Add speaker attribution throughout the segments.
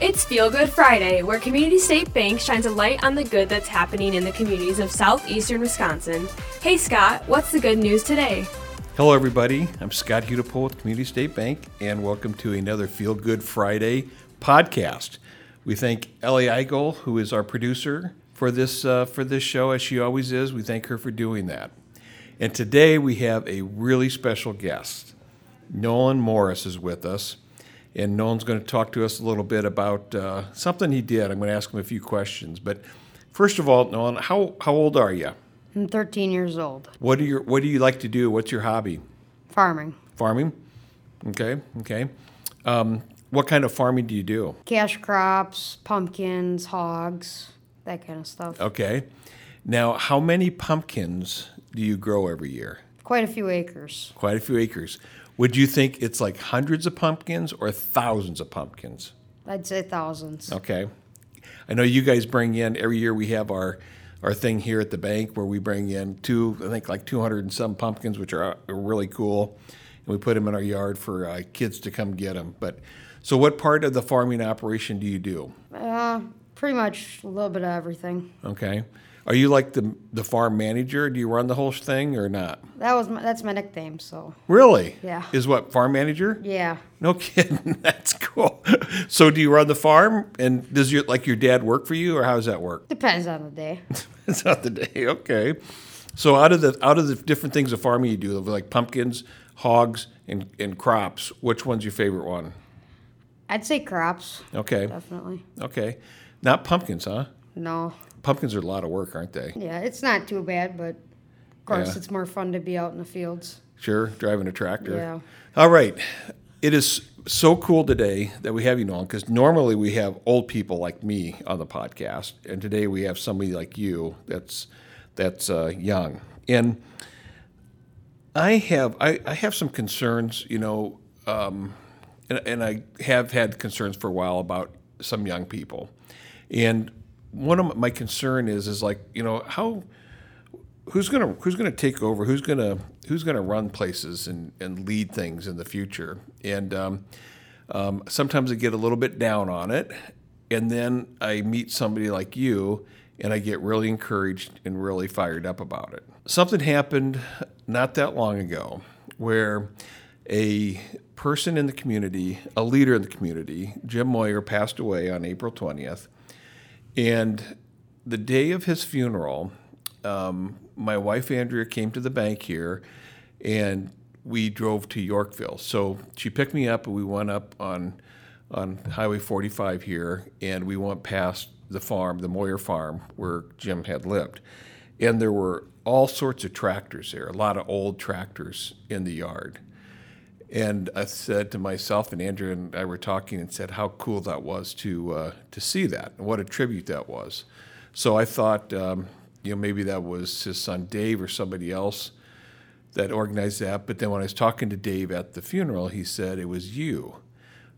Speaker 1: It's Feel Good Friday, where Community State Bank shines a light on the good that's happening in the communities of southeastern Wisconsin. Hey Scott, what's the good news today?
Speaker 2: Hello, everybody. I'm Scott Hudepole with Community State Bank, and welcome to another Feel Good Friday podcast. We thank Ellie Eigel, who is our producer for this uh, for this show, as she always is. We thank her for doing that. And today we have a really special guest. Nolan Morris is with us, and Nolan's going to talk to us a little bit about uh, something he did. I'm going to ask him a few questions, but first of all, Nolan, how how old are you?
Speaker 3: I'm 13 years old.
Speaker 2: What do your What do you like to do? What's your hobby?
Speaker 3: Farming.
Speaker 2: Farming. Okay, okay. Um, what kind of farming do you do?
Speaker 3: Cash crops, pumpkins, hogs, that kind of stuff.
Speaker 2: Okay. Now, how many pumpkins do you grow every year?
Speaker 3: Quite a few acres.
Speaker 2: Quite a few acres. Would you think it's like hundreds of pumpkins or thousands of pumpkins?
Speaker 3: I'd say thousands.
Speaker 2: Okay. I know you guys bring in every year we have our our thing here at the bank where we bring in two I think like 200 and some pumpkins which are are really cool and we put them in our yard for uh, kids to come get them. But so what part of the farming operation do you do?
Speaker 3: Uh, pretty much a little bit of everything.
Speaker 2: Okay. Are you like the the farm manager? Do you run the whole thing or not?
Speaker 3: That was my, that's my nickname. So
Speaker 2: Really?
Speaker 3: Yeah.
Speaker 2: Is what farm manager?
Speaker 3: yeah,
Speaker 2: No kidding. That's cool. So do you run the farm and does your like your dad work for you or how does that work?
Speaker 3: depends on the day.
Speaker 2: It's not the day. Okay. So out of the out of the different things of farming you do, like pumpkins, hogs, and, and crops, which one's your favorite one?
Speaker 3: I'd say crops,
Speaker 2: Okay.
Speaker 3: definitely.
Speaker 2: Okay. Not pumpkins, huh?
Speaker 3: No,
Speaker 2: Pumpkins are a lot of work, aren't they?
Speaker 3: yeah, it's not too bad, but of course,
Speaker 2: Yeah.
Speaker 3: it's more fun to be out in the fields.
Speaker 2: Sure, driving a tractor.
Speaker 3: Yeah.
Speaker 2: All right. It is so cool today that we have you on because normally we have old people like me on the podcast, and today we have somebody like you that's that's uh, young. And I have I, I have some concerns, you know, um, and, and I have had concerns for a while about some young people, and one of my concern is is like you know how who's gonna who's gonna take over? Who's gonna who's gonna run places and, and lead things in the future? And um, um, sometimes I get a little bit down on it, and then I meet somebody like you, and I get really encouraged and really fired up about it. Something happened not that long ago where a person in the community, a leader in the community, Jim Moyer, passed away on April twentieth. And the day of his funeral, um, my wife Andrea came to the bank here, and we drove to Yorkville. So she picked me up, and we went up on on Highway 45 here, and we went past the farm, the Moyer farm, where Jim had lived. And there were all sorts of tractors there, a lot of old tractors in the yard. And I said to myself and Andrew and I were talking and said how cool that was to uh, to see that and what a tribute that was. So I thought, um, you know, maybe that was his son Dave or somebody else that organized that. But then when I was talking to Dave at the funeral, he said it was you.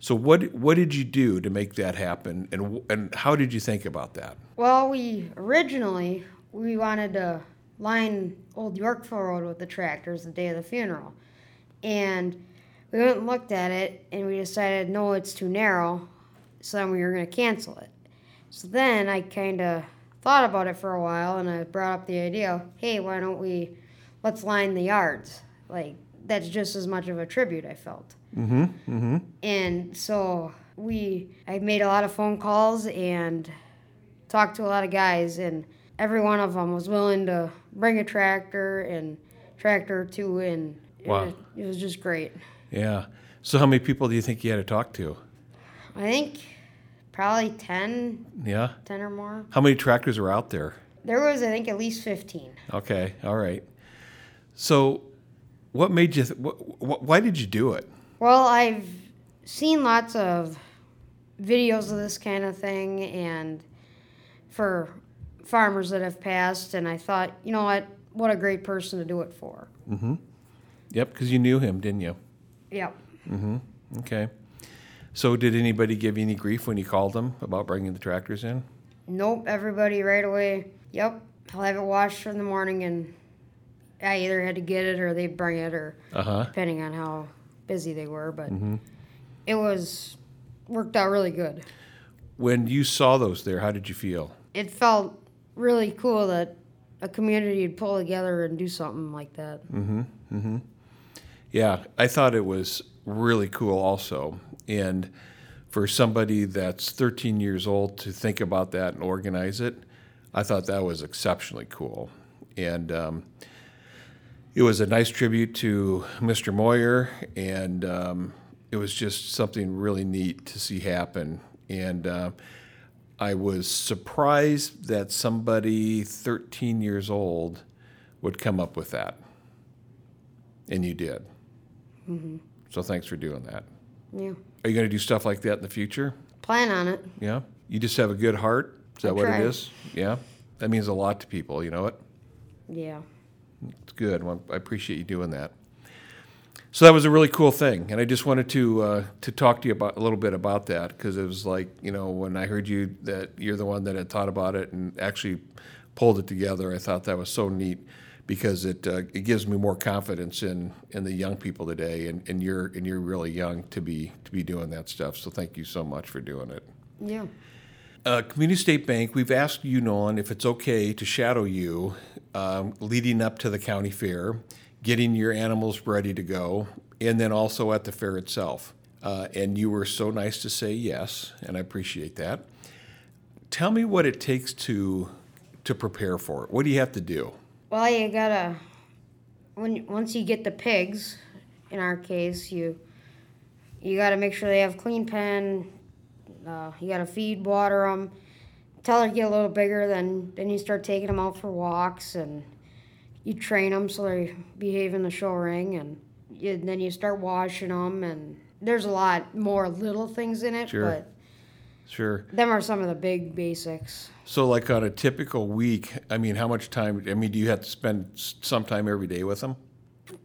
Speaker 2: So what what did you do to make that happen, and w- and how did you think about that?
Speaker 3: Well, we originally we wanted to line Old Yorkville Road with the tractors the day of the funeral, and we went and looked at it, and we decided no, it's too narrow, so then we were gonna cancel it. So then I kind of thought about it for a while, and I brought up the idea, hey, why don't we let's line the yards? Like that's just as much of a tribute I felt. And so we, I made a lot of phone calls and talked to a lot of guys, and every one of them was willing to bring a tractor and tractor or two in. It
Speaker 2: Wow.
Speaker 3: was- It was just great.
Speaker 2: Yeah. So how many people do you think you had to talk to?
Speaker 3: I think probably 10,
Speaker 2: Yeah.
Speaker 3: 10 or more.
Speaker 2: How many tractors are out there?
Speaker 3: There was, I think, at least 15.
Speaker 2: Okay, all right. So, what made you? Th- wh- wh- why did you do it?
Speaker 3: Well, I've seen lots of videos of this kind of thing and for farmers that have passed, and I thought, you know what, what a great person to do it for.
Speaker 2: Yep, because you knew him, didn't you?
Speaker 3: Yep.
Speaker 2: Okay. So, did anybody give you any grief when you called them about bringing the tractors in?
Speaker 3: Nope, everybody right away. Yep, I'll have it washed in the morning, and I either had to get it or they bring it, or
Speaker 2: Uh huh.
Speaker 3: depending on how busy they were, but it was worked out really good.
Speaker 2: When you saw those there, how did you feel?
Speaker 3: It felt really cool that a community would pull together and do something like that.
Speaker 2: Yeah, I thought it was really cool also. And for somebody that's 13 years old to think about that and organize it, I thought that was exceptionally cool. And um, it was a nice tribute to Mr. Moyer, and um, it was just something really neat to see happen. And uh, I was surprised that somebody 13 years old would come up with that. And you did. So thanks for doing that.
Speaker 3: Yeah.
Speaker 2: Are you going to do stuff like that in the future?
Speaker 3: Plan on it.
Speaker 2: Yeah. You just have a good heart. Is that
Speaker 3: I
Speaker 2: what
Speaker 3: try.
Speaker 2: it is? Yeah. That means a lot to people. You know it.
Speaker 3: Yeah.
Speaker 2: It's good. Well, I appreciate you doing that. So that was a really cool thing, and I just wanted to uh, to talk to you about a little bit about that because it was like you know when I heard you that you're the one that had thought about it and actually pulled it together. I thought that was so neat because it uh, it gives me more confidence in in the young people today, and, and you're and you're really young to be to be doing that stuff. So thank you so much for doing it.
Speaker 3: Yeah.
Speaker 2: Uh, Community State Bank, we've asked you, Nolan, if it's okay to shadow you um, leading up to the county fair, getting your animals ready to go, and then also at the fair itself. Uh, and you were so nice to say yes, and I appreciate that. Tell me what it takes to to prepare for it. What do you have to do?
Speaker 3: Well, you gotta when once you get the pigs, in our case, you you gotta make sure they have clean pen. Uh, you gotta feed, water them. Tell her to get a little bigger, then then you start taking them out for walks and you train them so they behave in the show ring, and, you, then you start washing them. And there's a lot more little things in it,
Speaker 2: Sure.
Speaker 3: but
Speaker 2: Sure.
Speaker 3: them are some of the big basics.
Speaker 2: So, like on a typical week, I mean, how much time? I mean, do you have to spend s- some time every day with them?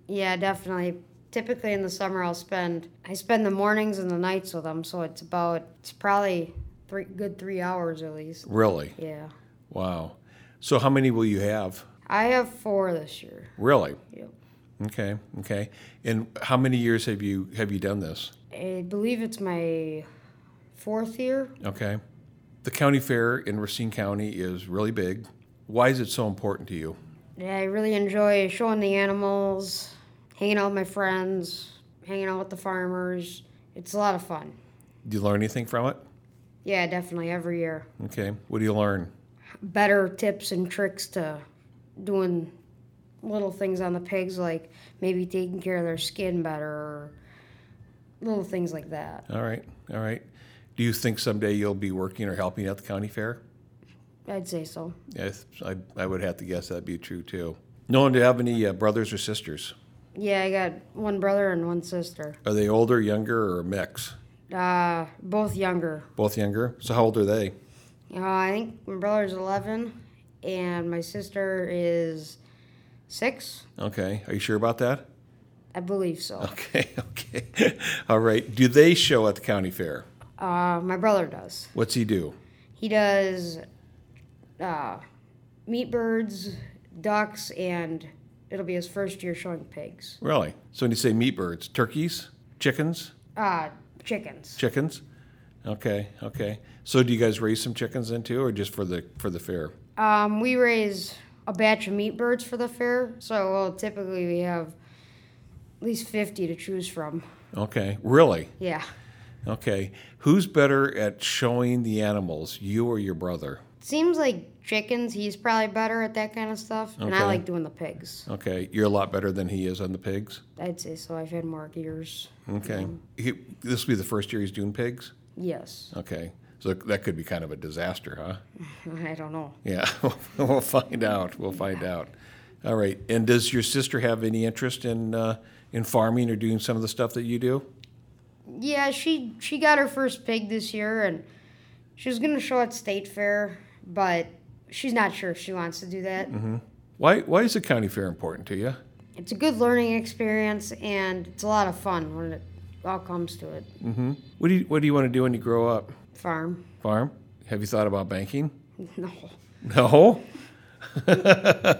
Speaker 3: Yeah, definitely. Typically in the summer, I'll spend I spend the mornings and the nights with them, so it's about it's probably three good three hours at least.
Speaker 2: Really?
Speaker 3: Yeah,
Speaker 2: Wow. So, how many will you have?
Speaker 3: I have four this year.
Speaker 2: Really?
Speaker 3: Yep.
Speaker 2: Okay, okay. And how many years have you have you done this?
Speaker 3: I believe it's my fourth year.
Speaker 2: Okay. The county fair in Racine County is really big. Why is it so important to you?
Speaker 3: Yeah, I really enjoy showing the animals, hanging out with my friends, hanging out with the farmers. It's a lot of fun.
Speaker 2: Do you learn anything from it?
Speaker 3: Yeah, definitely every year.
Speaker 2: Okay. What do you learn?
Speaker 3: better tips and tricks to doing little things on the pigs, like maybe taking care of their skin better, or little things like that.
Speaker 2: All right, all right. Do you think someday you'll be working or helping at the county fair?
Speaker 3: I'd say so.
Speaker 2: Yes, I, I would have to guess that'd be true too. No one do you have any uh, brothers or sisters?
Speaker 3: Yeah, I got one brother and one sister.
Speaker 2: Are they older, younger, or a mix?
Speaker 3: Uh, both younger.
Speaker 2: Both younger. So how old are they?
Speaker 3: Uh, I think my brother's 11, and my sister is six,
Speaker 2: Okay. Are you sure about that?
Speaker 3: I believe so.
Speaker 2: Okay, okay. All right. Do they show at the county fair?
Speaker 3: Uh, my brother does.
Speaker 2: What's he do?
Speaker 3: He does uh, meat birds, ducks, and it'll be his first year showing pigs.
Speaker 2: Really? So when you say meat birds, turkeys, chickens,
Speaker 3: Uh, chickens.
Speaker 2: chickens. Okay, okay. So do you guys raise some chickens then too, or just for the for the fair?
Speaker 3: Um, we raise a batch of meat birds for the fair, so well, typically we have at least 50 to choose from.
Speaker 2: Okay, really?
Speaker 3: Yeah.
Speaker 2: Okay. Who's better at showing the animals, you or your brother?
Speaker 3: Seems like chickens, he's probably better at that kind of stuff, and I
Speaker 2: Okay.
Speaker 3: like doing the pigs.
Speaker 2: Okay, you're a lot better than he is on the pigs.
Speaker 3: I'd say so. I've had more years.
Speaker 2: Okay, he, this will be the first year he's doing pigs.
Speaker 3: Yes.
Speaker 2: Okay, so that could be kind of a disaster, huh?
Speaker 3: I don't know.
Speaker 2: Yeah, we'll find out. We'll find out. All right. And does your sister have any interest in uh, in farming or doing some of the stuff that you do?
Speaker 3: Yeah, she she got her first pig this year, and she was gonna show at state fair, but she's not sure if she wants to do that.
Speaker 2: Why Why is the county fair important to you?
Speaker 3: It's a good learning experience, and it's a lot of fun when it all comes to it.
Speaker 2: What do you What do you want to do when you grow up?
Speaker 3: Farm,
Speaker 2: Farm? Have you thought about banking?
Speaker 3: no,
Speaker 2: No.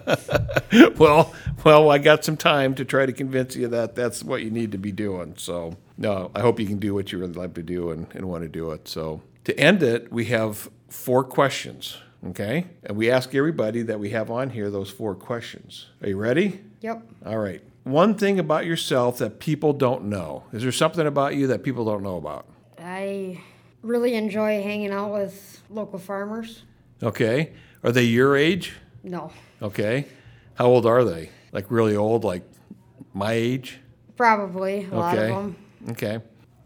Speaker 2: well, well, I got some time to try to convince you that that's what you need to be doing. So, no, I hope you can do what you really love to do and, and want to do it. So, To end it, we have four questions, okay? And we ask everybody that we have on here those four questions. Are you ready?
Speaker 3: Yep.
Speaker 2: All right. One thing about yourself that people don't know. Is there something about you that people don't know about?
Speaker 3: I really enjoy hanging out with local farmers.
Speaker 2: Okay. Are they your age?
Speaker 3: No,
Speaker 2: Okay. How old are they? Like really old, like my age?
Speaker 3: probably a lot of
Speaker 2: Okay.
Speaker 3: them.
Speaker 2: Okay.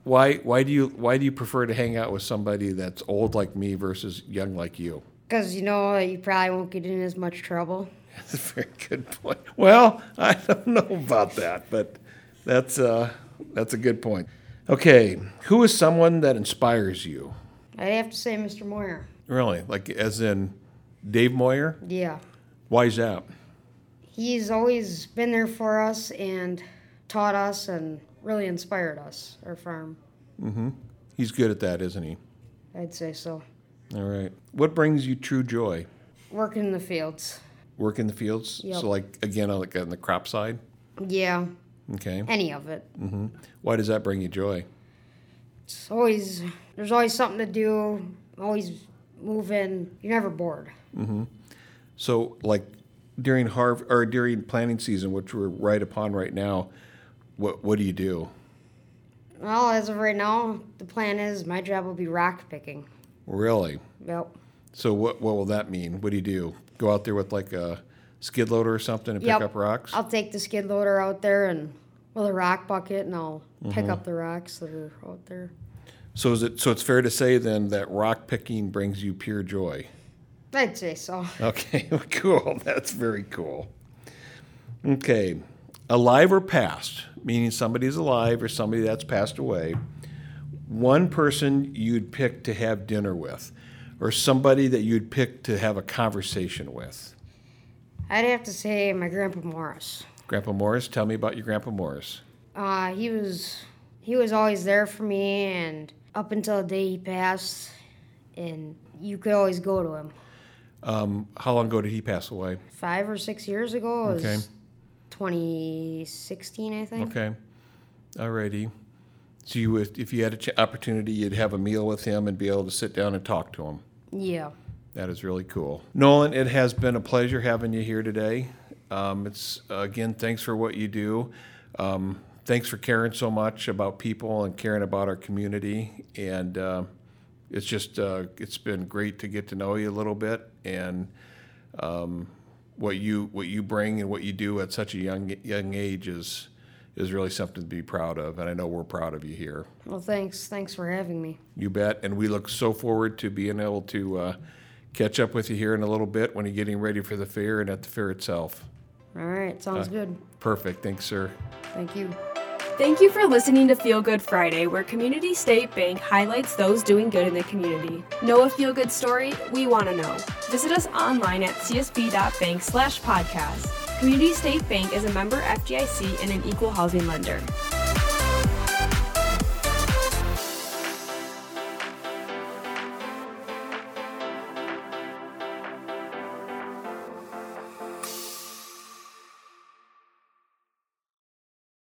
Speaker 2: Why why do you why do you prefer to hang out with somebody that's old like me versus young like you?
Speaker 3: Because you know that you probably won't get in as much trouble.
Speaker 2: That's a very good point. Well, I don't know about that, but that's uh that's a good point. Okay. Who is someone that inspires you?
Speaker 3: I'd have to say Mr. Moyer.
Speaker 2: Really? Like as in Dave Moyer?
Speaker 3: Yeah.
Speaker 2: Why is that?
Speaker 3: He's always been there for us and taught us and really inspired us, our farm.
Speaker 2: He's good at that, isn't he?
Speaker 3: I'd say so.
Speaker 2: All right. What brings you true joy?
Speaker 3: Working in the fields.
Speaker 2: Work in the fields?
Speaker 3: Yep.
Speaker 2: So like again on like on the crop side?
Speaker 3: Yeah,
Speaker 2: Okay.
Speaker 3: any of it.
Speaker 2: Why does that bring you joy?
Speaker 3: It's always, there's always something to do, always moving. You're never bored.
Speaker 2: So, like during harv or during planting season, which we're right upon right now, what what do you do?
Speaker 3: Well, as of right now, the plan is my job will be rock picking.
Speaker 2: Really?
Speaker 3: Yep.
Speaker 2: So what what will that mean? What do you do? Go out there with like a skid loader or something and
Speaker 3: Yep.
Speaker 2: pick up rocks?
Speaker 3: I'll take the skid loader out there and with a rock bucket and I'll pick up the rocks that are out there.
Speaker 2: So is it so it's fair to say then that rock picking brings you pure joy?
Speaker 3: I'd say so.
Speaker 2: Okay, cool. That's very cool. Okay, alive or past, meaning somebody's alive or somebody that's passed away. One person you'd pick to have dinner with, or somebody that you'd pick to have a conversation with.
Speaker 3: I'd have to say my grandpa Morris.
Speaker 2: Grandpa Morris, tell me about your Grandpa Morris.
Speaker 3: Uh, he was he was always there for me and up until the day he passed and you could always go to him.
Speaker 2: Um, how long ago did he pass away?
Speaker 3: Five or six years ago was
Speaker 2: Okay.
Speaker 3: twenty sixteen, I think.
Speaker 2: Okay, alrighty. So you would, if you had an opportunity, you'd have a meal with him and be able to sit down and talk to him.
Speaker 3: Yeah.
Speaker 2: That is really cool. Nolan, it has been a pleasure having you here today. Um, it's again, thanks for what you do. Um, thanks for caring so much about people and caring about our community. And uh, it's just, uh, it's been great to get to know you a little bit and um, what you what you bring and what you do at such a young young age is is really something to be proud of. And I know we're proud of you here.
Speaker 3: Well thanks. Thanks for having me.
Speaker 2: You bet. And we look so forward to being able to uh, catch up with you here in a little bit when you're getting ready for the fair and at the fair itself.
Speaker 3: All right, sounds
Speaker 2: Uh.
Speaker 3: good.
Speaker 2: Perfect. Thanks, sir.
Speaker 3: Thank you.
Speaker 1: Thank you for listening to Feel Good Friday, where Community State Bank highlights those doing good in the community. Know a feel good story? We want to know. Visit us online at csb.bank slash podcast. Community State Bank is a member FDIC and an equal housing lender.